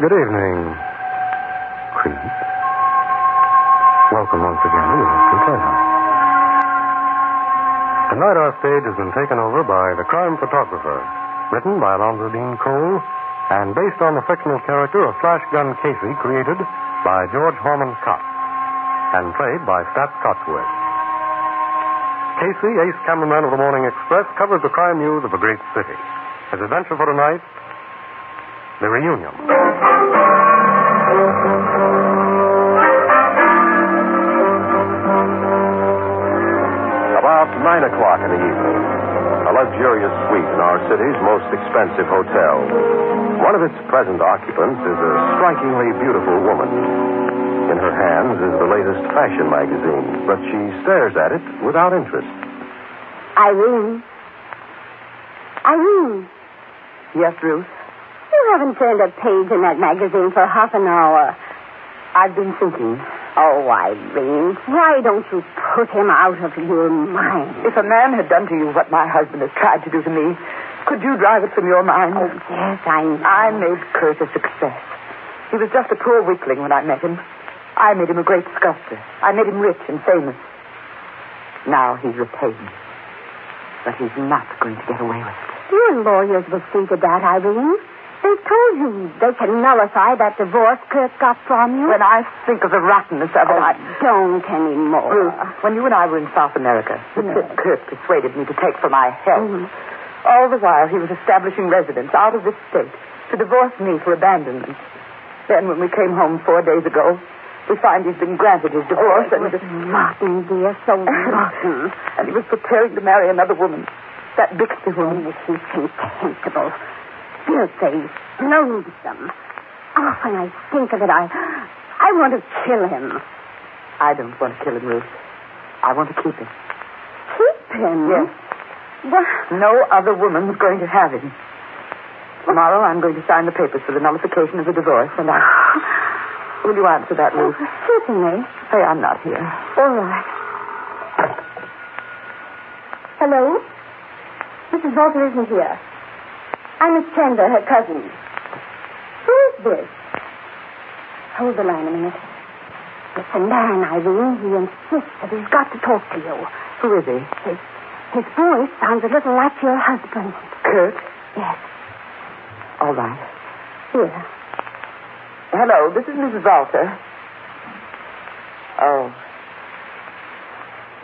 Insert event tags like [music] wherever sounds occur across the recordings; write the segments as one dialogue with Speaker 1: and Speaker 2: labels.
Speaker 1: Good evening, Creep. Welcome once again to the Mystery Playhouse. Tonight our stage has been taken over by The Crime Photographer, written by Alonzo Dean Cole, and based on the fictional character of Flash Gun Casey, created by George Horman Cox, and played by Stats Cotsworth. Casey, ace cameraman of the Morning Express, covers the crime news of a great city. His adventure for tonight, the reunion.
Speaker 2: About 9 o'clock in the evening, a luxurious suite in our city's most expensive hotel. One of its present occupants is a strikingly beautiful woman. In her hands is the latest fashion magazine, but she stares at it without interest.
Speaker 3: Irene. Irene,
Speaker 4: Yes, Ruth.
Speaker 3: you haven't turned a page in that magazine for half an hour.
Speaker 4: I've been thinking.
Speaker 3: Oh, Irene, why don't you put him out of your mind?
Speaker 4: If a man had done to you what my husband has tried to do to me, could you drive it from your mind?
Speaker 3: Oh, yes, I know.
Speaker 4: I made Kurt a success. He was just a poor weakling when I met him. I made him a great sculptor. I made him rich and famous. Now he's repaid me. But he's not going to get away with it.
Speaker 3: Your lawyers will see to that, Irene. They told you they can nullify that divorce Kurt got from you.
Speaker 4: When I think of the rottenness of it,
Speaker 3: Oh,
Speaker 4: I...
Speaker 3: don't anymore.
Speaker 4: Ruth, Oh, when you and I were in South America, the trip Kurt persuaded me to take for my health. All the while he was establishing residence out of this state to divorce me for abandonment. Then when we came home four days ago, we find he's been granted his divorce
Speaker 3: it
Speaker 4: and
Speaker 3: was rotten, dear,
Speaker 4: [laughs]
Speaker 3: so rotten.
Speaker 4: and he was preparing to marry another woman. That Bixby woman.
Speaker 3: Isn't he contemptible? Filthy, loathsome. Oh, when I think of it, I, I want to kill him.
Speaker 4: I don't want to kill him, Ruth. I want to keep him.
Speaker 3: Keep him?
Speaker 4: Yes.
Speaker 3: Well,
Speaker 4: No other woman's going to have him. Tomorrow I'm going to sign the papers for the nullification of the divorce, and I... Will you answer that, Ruth?
Speaker 3: certainly.
Speaker 4: Say I'm not here.
Speaker 3: All right. Hello? Mrs. Walter isn't here. I'm Miss Chandler, her cousin. Who is this? Hold the line a minute. It's a man, Irene. He insists that he's got to talk to you.
Speaker 4: Who is he?
Speaker 3: His, his voice sounds a little like your husband.
Speaker 4: Kurt.
Speaker 3: Yes,
Speaker 4: All right.
Speaker 3: here.
Speaker 4: Hello, this is Mrs. Alter. Oh.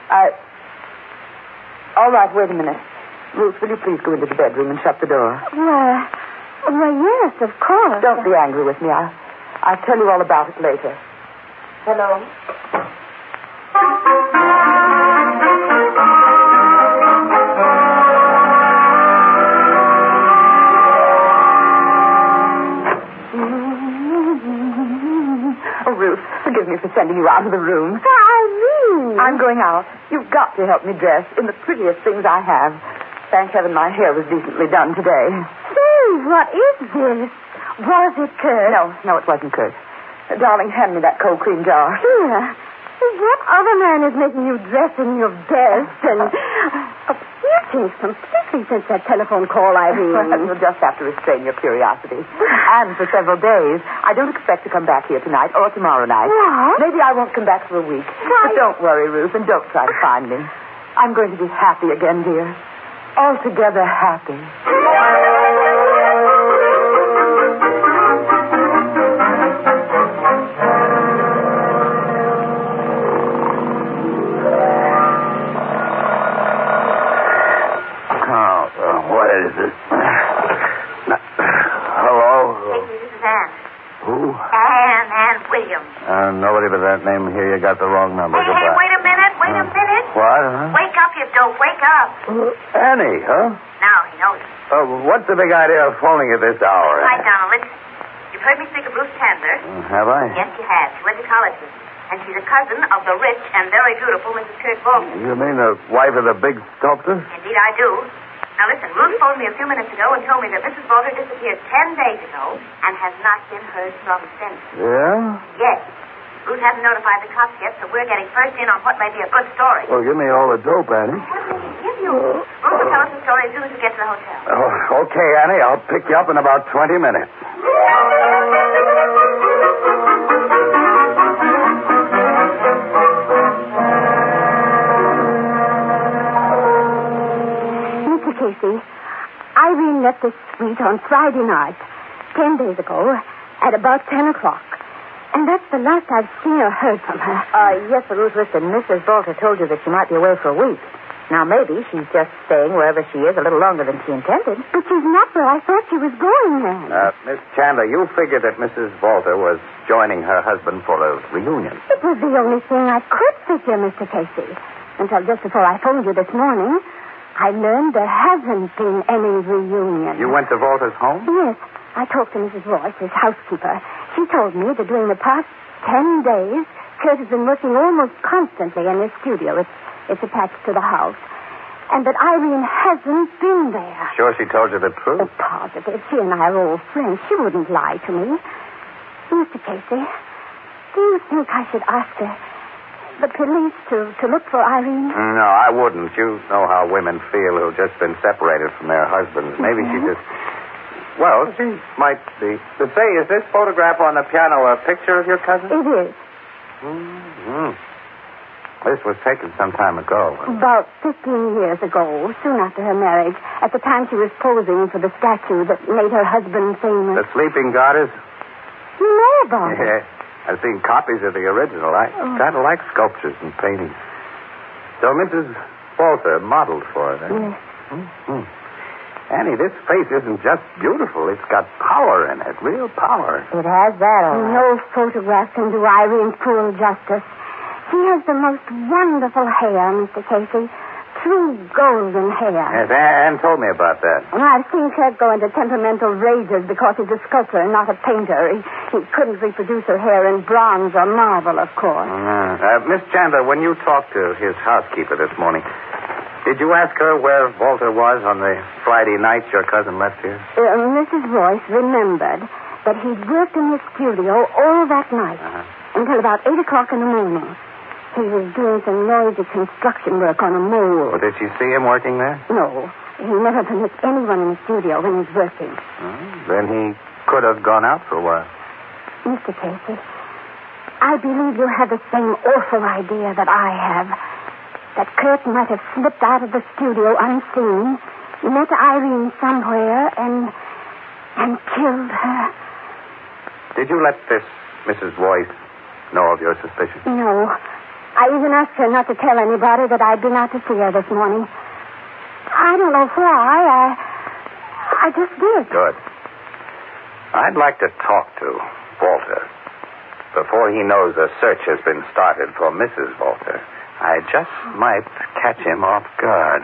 Speaker 4: I. All right, wait a minute. Ruth, will you please go into the bedroom and shut the door?
Speaker 3: Well, well, yes, of course.
Speaker 4: Don't be angry with me. I'll, I'll tell you all about it later. Hello? Oh, Ruth, forgive me for sending you out of the room.
Speaker 3: Irene!
Speaker 4: I'm going out. You've got to help me dress in the prettiest things I have. Thank heaven my hair was decently done today.
Speaker 3: Steve, what is this? Was it Kurt?
Speaker 4: No, no, it wasn't Kurt. Uh, darling, hand me that cold cream
Speaker 5: [laughs]
Speaker 4: jar.
Speaker 3: Here. What other man is making you dress in your best and... Oh, you changed completely since that telephone call,
Speaker 4: [laughs]
Speaker 3: Irene.
Speaker 4: You'll just have to restrain your curiosity. And for several days. I don't expect to come back here tonight or tomorrow night.
Speaker 3: What?
Speaker 4: Maybe I won't come back for a week.
Speaker 3: Why-
Speaker 4: But don't worry, Ruth, and don't try to find me. I'm going to be happy again, dear. Altogether happy.
Speaker 2: Oh, uh, what is it? Hello?
Speaker 6: This is Ann.
Speaker 2: Who?
Speaker 6: Ann, Ann Williams.
Speaker 2: Uh, nobody with that name here. You got the wrong number.
Speaker 6: Hey, hey,
Speaker 2: Goodbye.
Speaker 6: wait a minute, wait a
Speaker 2: Huh?
Speaker 6: minute.
Speaker 2: What? Huh?
Speaker 6: Wake up, you dope, wake up.
Speaker 2: Annie, huh?
Speaker 6: Now he knows.
Speaker 2: Uh, what's the big idea of phoning at this hour?
Speaker 6: Right down, listen. You've heard me speak of Ruth Chandler.
Speaker 2: Uh, Have I?
Speaker 6: Yes, you have. She went to college with me. And she's a cousin of the rich and very beautiful Mrs. Kurt Bolton.
Speaker 2: You mean the wife of the big sculptor?
Speaker 6: Indeed, I do. Now listen, Ruth phoned me a few minutes ago and told me that Mrs. Walter disappeared ten days ago and has not been heard from since.
Speaker 2: Yeah?
Speaker 6: Yes. Ruth hasn't notified the cops yet, so we're getting first in on what may be a good story.
Speaker 2: Well, give me all the dope, Annie.
Speaker 6: What did he give you? Ruth will tell us the story as soon as we get to the hotel.
Speaker 2: Oh, okay, Annie. I'll pick you up in about 20 minutes.
Speaker 6: Thank you.
Speaker 3: street on Friday night, ten days ago, at about ten o'clock. And that's the last I've seen or heard from her.
Speaker 5: Uh, yes, but Ruth, listen, Mrs. Bolter told you that she might be away for a week. Now, maybe she's just staying wherever she is a little longer than she intended.
Speaker 3: But she's not where I thought she was going, then.
Speaker 7: Uh, Miss Chandler, you figured that Mrs. Walter was joining her husband for a reunion.
Speaker 3: It was the only thing I could figure, Mr. Casey. Until just before I phoned you this morning, I learned there hasn't been any reunion.
Speaker 7: You went to Walter's home?
Speaker 3: Yes. I talked to Mrs. Royce, his housekeeper. She told me that during the past ten days, Kurt has been working almost constantly in his studio. It's, it's attached to the house. And that Irene hasn't been there.
Speaker 7: Sure, she told you the truth.
Speaker 3: Oh, positive. She and I are old friends. She wouldn't lie to me. Mr. Casey, do you think I should ask the, the police to, to look for Irene?
Speaker 5: Mm-hmm.
Speaker 7: No, I wouldn't. You know how women feel who've just been separated from their husbands. Maybe she just. Well, she might be. But say, is this photograph on the piano a picture of your cousin?
Speaker 3: It is.
Speaker 7: hmm This was taken some time ago.
Speaker 3: About 15 years ago, soon after her marriage, at the time she was posing for the statue that made her husband famous.
Speaker 7: The sleeping goddess?
Speaker 3: You know about it.
Speaker 7: Yeah. I've seen copies of the original. I kind of like sculptures and paintings. So Mrs. Walter modeled for it. eh?
Speaker 3: Yes.
Speaker 7: Mhm. Annie, this face isn't just beautiful. It's got power in it, real power.
Speaker 5: It has that all right.
Speaker 3: No photograph can do Irene full justice. She has the most wonderful hair, Mr. Casey. True golden hair.
Speaker 7: Yes, Ann Ann told me about that.
Speaker 3: And I've seen Kurt go into temperamental rages because he's a sculptor and not a painter. He, he couldn't reproduce her hair in bronze or marble, of course.
Speaker 7: Uh, Miss Chandler, when you talked to his housekeeper this morning, did you ask her where Walter was on the Friday night your cousin left here?
Speaker 3: Uh, Mrs. Royce remembered that he'd worked in his studio all that night until about 8 o'clock in the morning. He was doing some noisy construction work on a mold.
Speaker 7: Or did she see him working there?
Speaker 3: No, he never permits anyone in the studio when he's working.
Speaker 7: Then he could have gone out for a while.
Speaker 3: Mr. Casey, I believe you have the same awful idea that I have. That Kurt might have slipped out of the studio unseen, met Irene somewhere, and and killed her.
Speaker 7: Did you let this Mrs. Royce know of your suspicions?
Speaker 3: No. I even asked her not to tell anybody that I'd been out to see her this morning. I don't know why. I I just did.
Speaker 7: Good. I'd like to talk to Walter before he knows a search has been started for Mrs. Walter. I just might catch him off guard.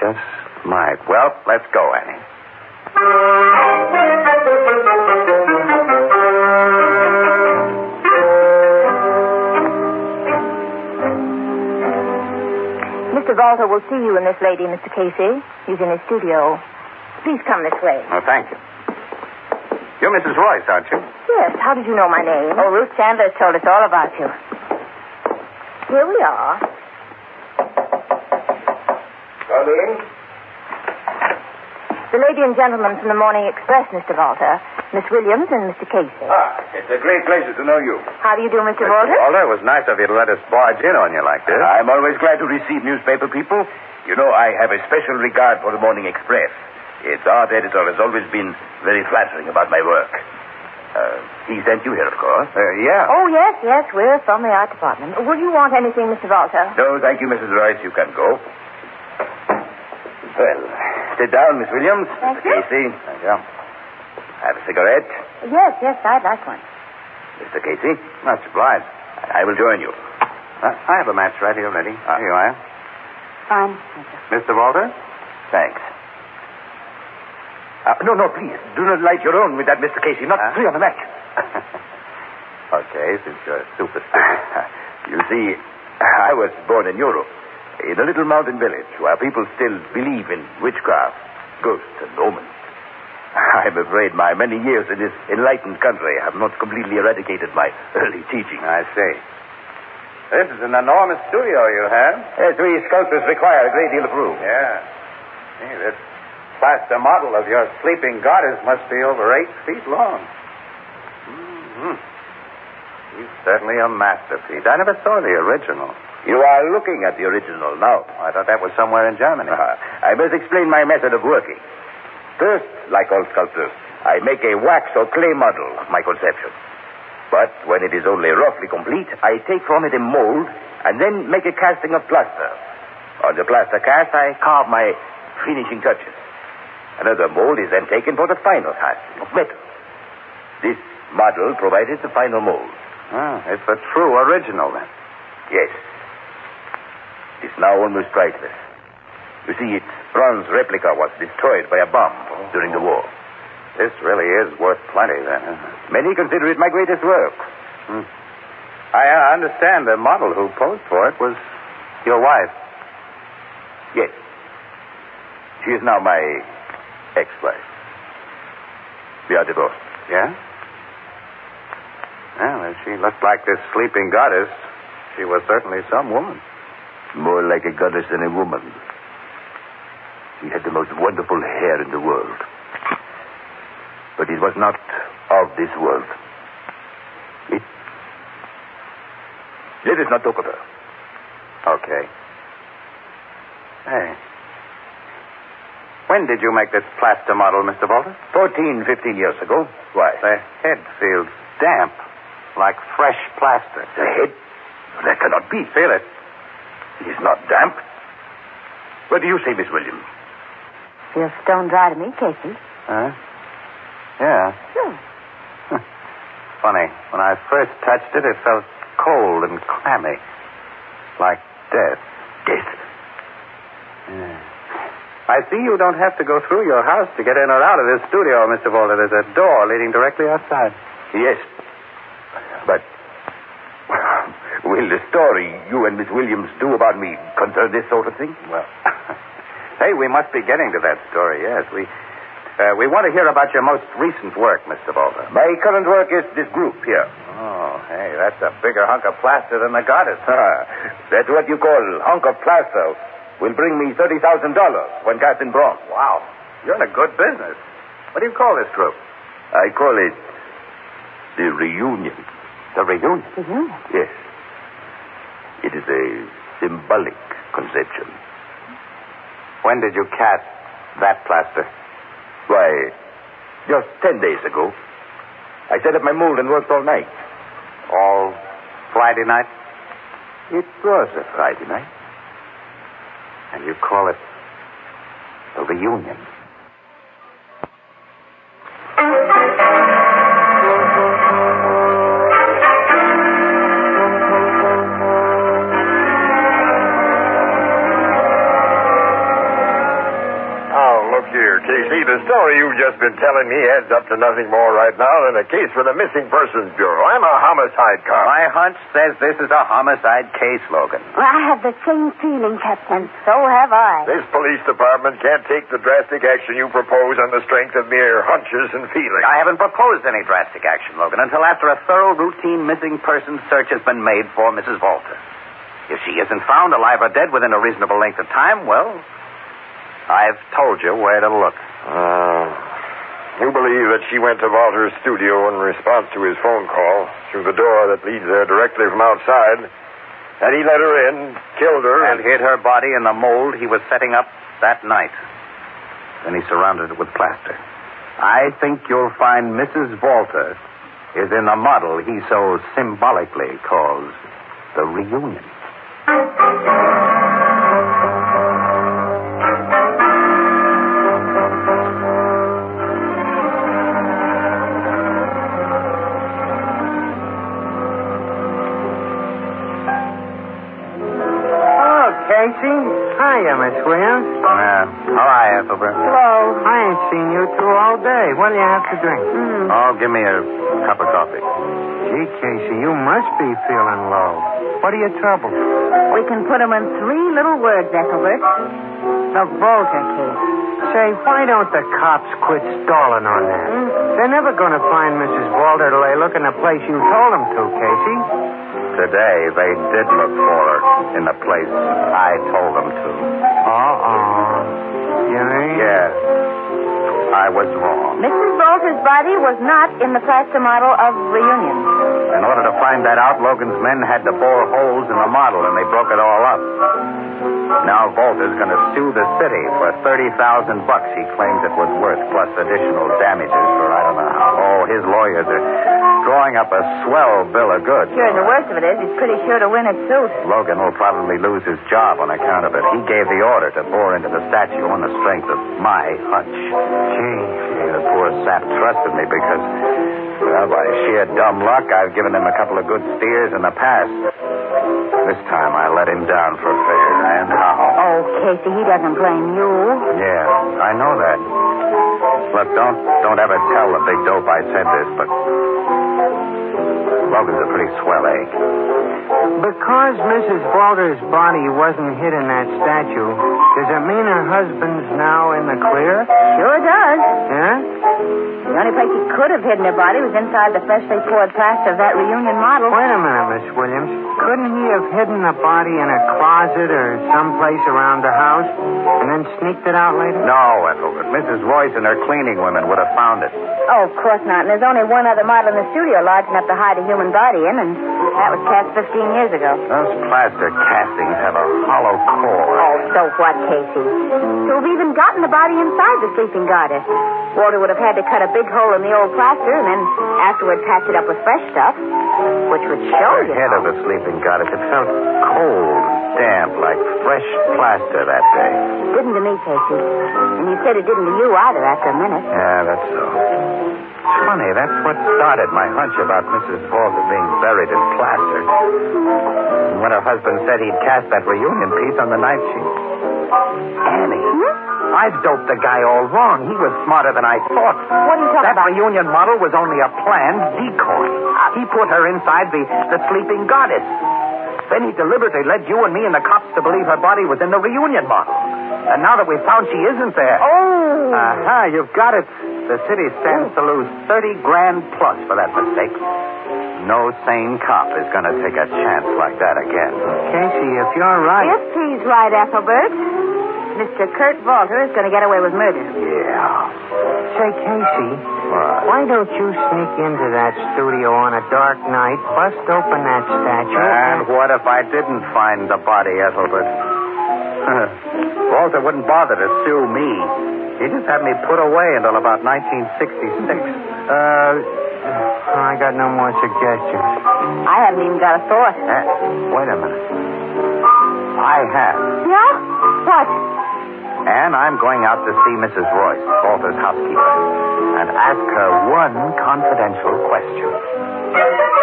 Speaker 7: Just might. Well, let's go, Annie.
Speaker 5: Mr. Volta will see you and this lady, Mr. Casey. He's in his studio. Please come this way.
Speaker 7: Oh, thank you. You're Mrs. Royce, aren't you?
Speaker 5: Yes, how did you know my name? Oh, Ruth Chandler told us all about you. Here we are.
Speaker 7: Come in.
Speaker 5: The lady and gentleman from the Morning Express, Mr. Volta. Miss Williams and Mr. Casey.
Speaker 7: Ah, it's a great pleasure to know you.
Speaker 5: How do you do, Mr.
Speaker 7: Mr.
Speaker 5: Volta?
Speaker 7: Walter, it was nice of you to let us barge in on you like
Speaker 8: Uh,
Speaker 7: this.
Speaker 8: I'm always glad to receive newspaper people. You know, I have a special regard for the Morning Express. Its art editor has always been very flattering about my work. Uh, he sent you here, of course.
Speaker 7: Uh, yeah.
Speaker 5: Oh, yes, yes, we're from the art department. Would you want anything, Mr. Volta?
Speaker 8: No, thank you, Mrs. Royce. You can go. Well, sit down, Miss Williams.
Speaker 5: Thank
Speaker 8: Mr.
Speaker 5: you.
Speaker 8: Casey. Thank you. Have a cigarette,
Speaker 5: Yes, yes, I'd like one.
Speaker 8: Mr. Casey.
Speaker 7: Much obliged.
Speaker 8: I will join you. Ah.
Speaker 7: Uh, I have a match right here ready. Here you are.
Speaker 3: Fine.
Speaker 7: Mr. Walter?
Speaker 8: Thanks. Uh, no, no, please. Do not light your own with that, Mr. Casey. Not
Speaker 7: Huh?
Speaker 8: three on the [laughs] match.
Speaker 7: okay, since you're superstitious.
Speaker 8: [laughs] you see, I was born in Europe, in a little mountain village where people still believe in witchcraft, ghosts, and omens. [laughs] I'm afraid my many years in this enlightened country have not completely eradicated my early teaching.
Speaker 7: I see. This is an enormous studio you have.
Speaker 8: Uh, three sculptures require a great deal of room.
Speaker 7: Yeah. Gee, this plaster model of your sleeping goddess must be over eight feet long. hmm He's certainly a masterpiece. I never saw the original.
Speaker 8: You are looking at the original now.
Speaker 9: [laughs]
Speaker 7: I thought that was somewhere in Germany.
Speaker 8: Uh, I must explain my method of working.
Speaker 9: First, like all sculptors, I make a wax or clay model of my conception. But when it is only roughly complete, I take from it a mold and then make a casting of plaster. On the plaster cast, I carve my finishing touches. Another mold is then taken for the final casting of metal. This model provided the final mold.
Speaker 7: Ah, it's a true original, then.
Speaker 9: Yes. It's now almost priceless. You see, its bronze replica was destroyed by a bomb during the war.
Speaker 7: This really is worth plenty, then. Isn't it?
Speaker 9: Many consider it my greatest work.
Speaker 7: Hmm. I uh, understand the model who posed for it was your wife.
Speaker 9: Yes. She is now my ex-wife. We are divorced.
Speaker 7: Yeah? Well, if she looked like this sleeping goddess, she was certainly some woman.
Speaker 9: More like a goddess than a woman. She had the most wonderful hair in the world. But it was not of this world. It... Let us not talk of her.
Speaker 7: Okay. Hey. When did you make this plaster model, Mr. Walter?
Speaker 9: Fourteen, fifteen years ago. Why?
Speaker 7: The head feels damp, like fresh plaster.
Speaker 9: The head? That cannot be.
Speaker 7: Feel it.
Speaker 9: It is not damp. What do you say, Miss Williams?
Speaker 4: Feels stone dry to me, Casey.
Speaker 7: Huh? Yeah.
Speaker 4: Sure.
Speaker 7: [laughs] Funny. When I first touched it, it felt cold and clammy. Like death.
Speaker 9: Death.
Speaker 7: Yeah. I see you don't have to go through your house to get in or out of this studio, Mr. Boulder. There's a door leading directly outside.
Speaker 9: Yes. But will the story you and Miss Williams do about me concern this sort of thing?
Speaker 7: Well, [laughs] hey, we must be getting to that story. Yes, we uh, we want to hear about your most recent work, Mr. Boulder.
Speaker 9: My current work is this group here.
Speaker 7: Oh, hey, that's a bigger hunk of plaster than the
Speaker 9: [laughs]
Speaker 7: goddess.
Speaker 9: Ah, that's what you call hunk of plaster. Will bring me thirty thousand dollars when cast in bronze.
Speaker 7: Wow, you're in a good business. What do you call this group?
Speaker 9: I call it the reunion.
Speaker 7: The reunion.
Speaker 4: The union.
Speaker 9: Yes, it is a symbolic conception.
Speaker 7: When did you cast that plaster?
Speaker 9: Why, just ten days ago, I set up my mold and worked all night.
Speaker 7: All Friday night?
Speaker 9: It was a Friday night.
Speaker 7: And you call it a reunion.
Speaker 10: Now, look here, Casey. The story you've just been telling me adds up to nothing more right now than a case for the Missing Persons Bureau. I'm a homicide
Speaker 9: Ah.
Speaker 10: cop.
Speaker 7: My hunch says this is a homicide case, Logan.
Speaker 3: Well, I have the same feeling, Captain.
Speaker 4: So have I.
Speaker 10: This police department can't take the drastic action you propose on the strength of mere hunches and feelings.
Speaker 7: I haven't proposed any drastic action, Logan, until after a thorough routine missing person search has been made for Mrs. Walter. If she isn't found alive or dead within a reasonable length of time, well, I've told you where to look.
Speaker 10: Uh, you believe that she went to Walter's studio in response to his phone call through the door that leads there directly from outside, and he let her in, killed her,
Speaker 7: and hid her body in the mold he was setting up that night. Then he surrounded it with plaster. I think you'll find Mrs. Walter is in the model he so symbolically calls the reunion.
Speaker 1: Oh, Casey. Hiya, Miss Williams.
Speaker 7: Oh, Yeah. How are you, Ethelbert?
Speaker 1: Hello. I ain't seen you two all day. What do you have to drink?
Speaker 7: Oh, give me a cup of coffee.
Speaker 1: Gee, Casey, you must be feeling low. What are your troubles?
Speaker 4: We can put them in three little words, Ethelbert. The Volta case.
Speaker 1: Say, why don't the cops quit stalling on that? They're never going to find Mrs. Walter till they look in the place you told them to, Casey.
Speaker 7: Today, they did look for her in the place I told them to.
Speaker 2: Uh-uh.
Speaker 1: Uh-oh. You ain't?
Speaker 7: Yes. I was wrong.
Speaker 4: Mrs. Bolter's body was not in the plaster model of reunion.
Speaker 7: In order to find that out, Logan's men had to bore holes in the model, and they broke it all up. Now Volta's going to sue the city for thirty thousand bucks. He claims it was worth, plus additional damages for I don't know how. Oh, his lawyers are drawing up a swell bill of goods.
Speaker 5: Sure, and the worst of it is he's pretty sure to win a suit.
Speaker 7: Logan will probably lose his job on account of it. He gave the order to bore into the statue on the strength of my hunch. Gee, the poor sap trusted me because, well, by sheer dumb luck, I've given him a couple of good steers in the past. This time I let him down for fair, and how?
Speaker 5: Oh, Casey, he doesn't blame you.
Speaker 7: Yeah, I know that. Look, don't don't ever tell the big dope I said this, but Logan's a pretty swell egg.
Speaker 11: Because Mrs. Balder's body wasn't hid in that statue, does it mean her husband's now in the clear?
Speaker 5: Sure does.
Speaker 11: Yeah?
Speaker 5: The only place he could have hidden her body was inside the freshly poured plaster of that reunion model.
Speaker 11: Wait a minute, Miss Williams. Couldn't he have hidden the body in a closet or someplace around the house and then sneaked it out later?
Speaker 7: No, Ethelbert. Mrs. Royce and her cleaning women would have found it.
Speaker 5: Oh, of course not. And there's only one other model in the studio large enough to hide a human body in, and that was cast 15 years ago.
Speaker 7: Those plaster castings have a hollow core.
Speaker 5: Oh, so what, Casey? To have even gotten the body inside the sleeping goddess, Walter would have had to cut a big hole in the old plaster and then afterward patch it up with fresh stuff, which would show
Speaker 7: the
Speaker 5: you.
Speaker 7: head of the sleeping goddess, it felt cold, damp, like fresh plaster that day.
Speaker 5: Didn't to me, Casey. And you said it didn't to you either after a minute.
Speaker 7: Yeah, that's so. It's funny, that's what started my hunch about Mrs. Walter being buried in plaster. And when her husband said he'd cast that reunion piece on the night she. Annie.
Speaker 5: Hmm?
Speaker 7: I've doped the guy all wrong. He was smarter than I thought.
Speaker 5: What are you talking
Speaker 7: that
Speaker 5: about?
Speaker 7: reunion model was only a planned decoy. He put her inside the, the sleeping goddess. Then he deliberately led you and me and the cops to believe her body was in the reunion model. And now that we've found she isn't there.
Speaker 5: Oh!
Speaker 7: Uh-huh, you've got it. The city stands to lose 30 grand plus for that mistake. No sane cop is going to take a chance like that again.
Speaker 11: Casey, if you're right.
Speaker 5: Yes, he's right, Ethelbert. Mr. Kurt Walter is going to get away with murder.
Speaker 7: Yeah.
Speaker 11: Say, Casey,
Speaker 7: What?
Speaker 11: why don't you sneak into that studio on a dark night, bust open that statue?
Speaker 7: And what if I didn't find the body, Ethelbert? [laughs] Walter wouldn't bother to sue me. He just had me put away until about 1966.
Speaker 11: Uh, I got no more suggestions.
Speaker 5: I haven't even got a thought.
Speaker 7: Eh, wait a minute. I have.
Speaker 5: Yeah? What?
Speaker 7: And I'm going out to see Mrs. Royce, Walter's housekeeper, and ask her one confidential question.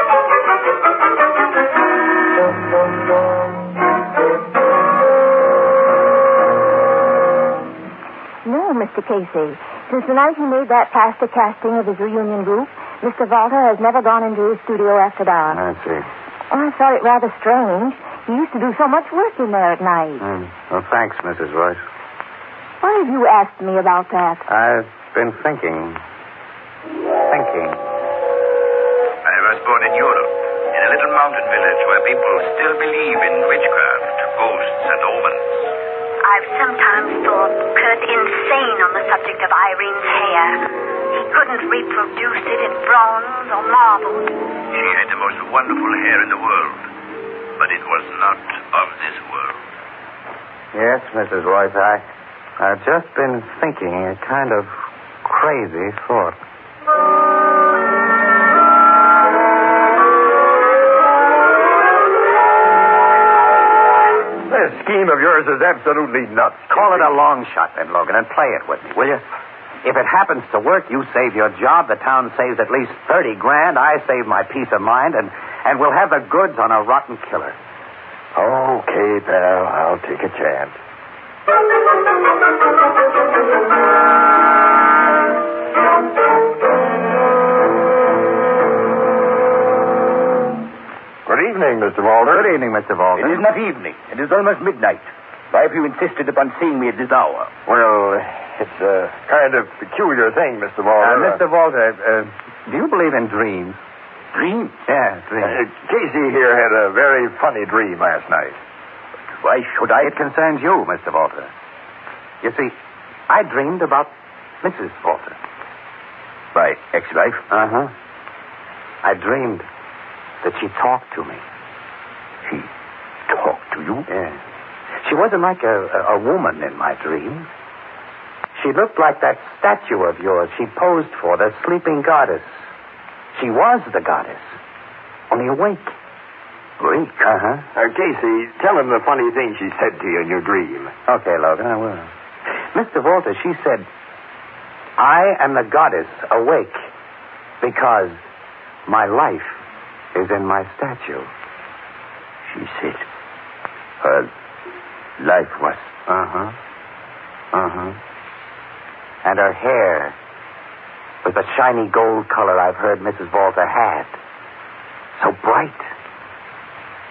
Speaker 3: No, Mr. Casey. Since the night he made that plaster casting of his reunion group, Mr. Walter has never gone into his studio after dark. Oh,
Speaker 7: I see.
Speaker 3: I thought it rather strange. He used to do so much work in there at night.
Speaker 7: Hmm. Well, thanks, Mrs. Royce.
Speaker 3: Why have you asked me about that?
Speaker 7: I've been thinking. Thinking.
Speaker 8: I was born in Europe, in a little mountain village where people still believe in witchcraft, ghosts, and omens.
Speaker 6: I've sometimes thought Kurt insane on the subject of Irene's hair. He couldn't reproduce it in bronze or marble.
Speaker 8: She had the most wonderful hair in the world, but it was not of this world.
Speaker 7: Yes, Mrs. Royce, I, I've just been thinking a kind of crazy thought.
Speaker 10: This scheme of yours is absolutely nuts.
Speaker 7: Call it a long shot, then, Logan, and play it with me, will you? If it happens to work, you save your job, the town saves at least 30 grand, I save my peace of mind, and, and we'll have the goods on a rotten killer.
Speaker 10: Okay, pal, I'll take a chance. Good evening, Mr. Walter.
Speaker 7: Good evening, Mr. Walter.
Speaker 8: It is not evening. It is almost midnight. Why have you insisted upon seeing me at this hour?
Speaker 7: Uh,
Speaker 10: Well, it's a kind of peculiar thing, Mr.
Speaker 7: Uh,
Speaker 10: Walter.
Speaker 7: Mr. Walter, uh, do you believe in dreams?
Speaker 8: Dream?
Speaker 7: Yeah,
Speaker 10: Uh, Casey here had a very funny dream last night.
Speaker 8: Why should I?
Speaker 7: It concerns you, Mr. Walter. You see, I dreamed about Mrs. Walter.
Speaker 8: My ex-wife?
Speaker 7: Uh huh. I dreamed that she talked to me.
Speaker 8: She talked to you?
Speaker 7: Yes. She wasn't like a, a, a woman in my dream. She looked like that statue of yours she posed for, the sleeping goddess. She was the goddess, only awake.
Speaker 8: Greek,
Speaker 7: Uh-huh.
Speaker 8: Uh, Casey, tell him the funny thing she said to you in your dream.
Speaker 7: Okay, Logan, I will. Mr. Walter, she said, I am the goddess awake because my life is in my statue.
Speaker 8: She said her life was.
Speaker 7: Uh huh. Uh huh. And her hair was the shiny gold color I've heard Mrs. Walter had. So bright.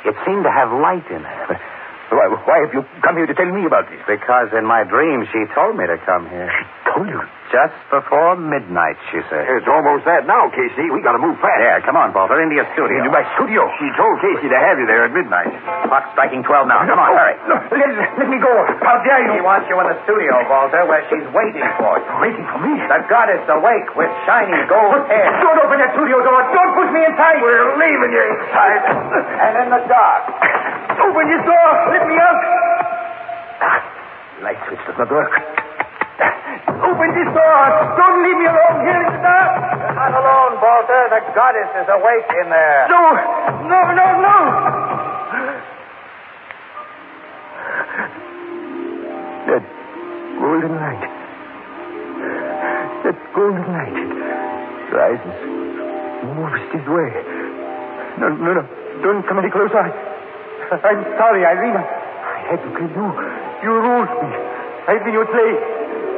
Speaker 7: It seemed to have light in it.
Speaker 8: [laughs] Why, why have you come here to tell me about this?
Speaker 7: Because in my dream she told me to come here.
Speaker 8: Told you.
Speaker 7: Just before midnight, she said.
Speaker 8: It's almost that now, Casey. We gotta move fast.
Speaker 7: Yeah, come on, Walter, into your studio.
Speaker 8: Into my studio. She told Casey to have you there at midnight.
Speaker 7: Clock striking 12 now. Come on, hurry.
Speaker 8: Look, let, let me go. How dare you?
Speaker 7: She wants you in the studio, Walter, where she's waiting for you.
Speaker 8: Waiting for me?
Speaker 7: The goddess awake with shiny gold hair.
Speaker 8: Don't open that studio door. Don't push me inside. We're leaving you inside.
Speaker 7: And in the dark.
Speaker 8: Open your door. Let me out. Ah,
Speaker 7: Light switch does not work.
Speaker 8: Open this door. Don't leave me alone here in the dark.
Speaker 7: You're not alone, Walter. The goddess is awake in there.
Speaker 8: No. No, no, no.
Speaker 2: That golden light. That golden light. It rises. Moves this way. No, no, no. Don't come any closer. I, I'm sorry, Irene. I had to kill you. You ruled me. I've been your slave.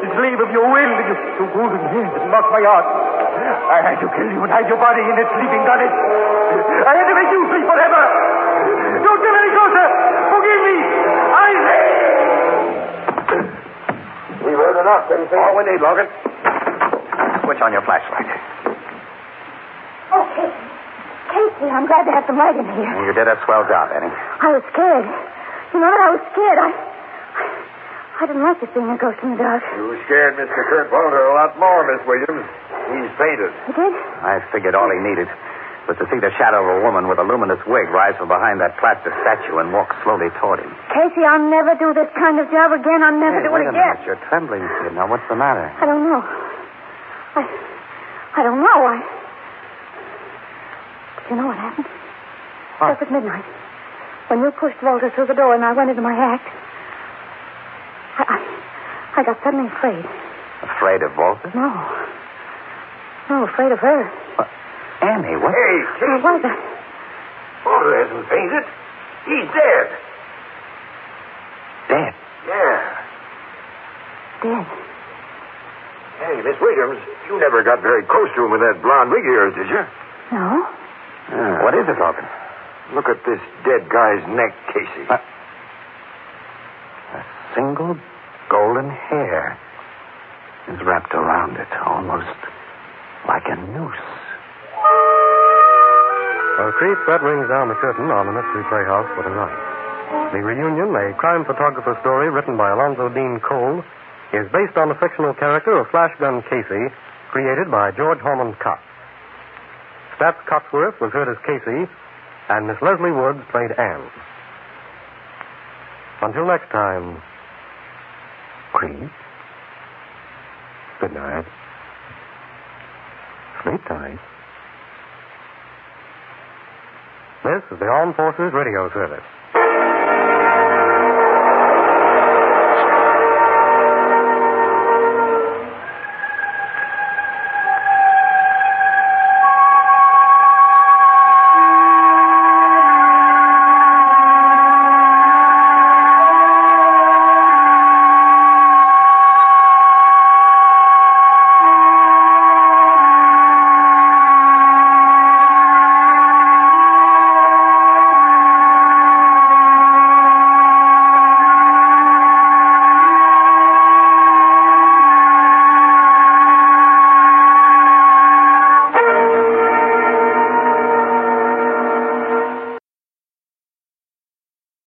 Speaker 2: The slave of your will. Your, your golden hand that knocked my heart. I had to kill you and hide your body in that sleeping goddess. I had to make you sleep forever. Don't come any closer. Forgive me. I...
Speaker 10: We've heard enough, Casey.
Speaker 8: All we need, Logan.
Speaker 7: Switch on your flashlight.
Speaker 3: Oh, Casey. Casey, I'm glad to have some light in here.
Speaker 7: You did a swell job, Annie.
Speaker 3: I was scared. You know what? I was scared. I, I didn't like this being a ghost in the dark.
Speaker 10: You scared Mr. Kurt Walter a lot more, Miss Williams. He's fainted.
Speaker 3: You did?
Speaker 7: I figured all he needed was to see the shadow of a woman with a luminous wig rise from behind that plaster statue and walk slowly toward him.
Speaker 3: Casey, I'll never do this kind of job again. I'll never
Speaker 7: Hey,
Speaker 3: do
Speaker 7: wait
Speaker 3: it
Speaker 7: a
Speaker 3: again.
Speaker 7: minute. You're trembling, kid. Now, what's the matter?
Speaker 3: I don't know. I, I don't know. I. Do you know what happened? Just at midnight, when you pushed Walter through the door and I went into my act, I, I, I got suddenly afraid.
Speaker 7: Afraid of Walter?
Speaker 3: No. No, afraid of her.
Speaker 7: What? Annie, what?
Speaker 8: Hey,
Speaker 3: I
Speaker 8: Casey.
Speaker 3: was. I,
Speaker 8: Walter hasn't fainted. He's dead.
Speaker 7: Dead.
Speaker 8: Yeah.
Speaker 3: dead.
Speaker 8: Hey, Miss Williams, you never got very close to him with that blonde wig of yours, did you?
Speaker 3: No?
Speaker 7: What is it, Logan?
Speaker 8: Ah. Look at this dead guy's neck, Casey.
Speaker 7: Uh, A single golden hair is wrapped around it, almost like a noose.
Speaker 1: Well, Creep, that rings down the curtain on the Mystery Playhouse for tonight. The Reunion, a crime photographer story written by Alonzo Dean Cole, is based on the fictional character of Flashgun Casey, created by George Horman Cox. Stats Cotsworth was heard as Casey, and Miss Leslie Woods played Anne. Until next time, Creep, good night. Sleep tight. This is the Armed Forces Radio Service.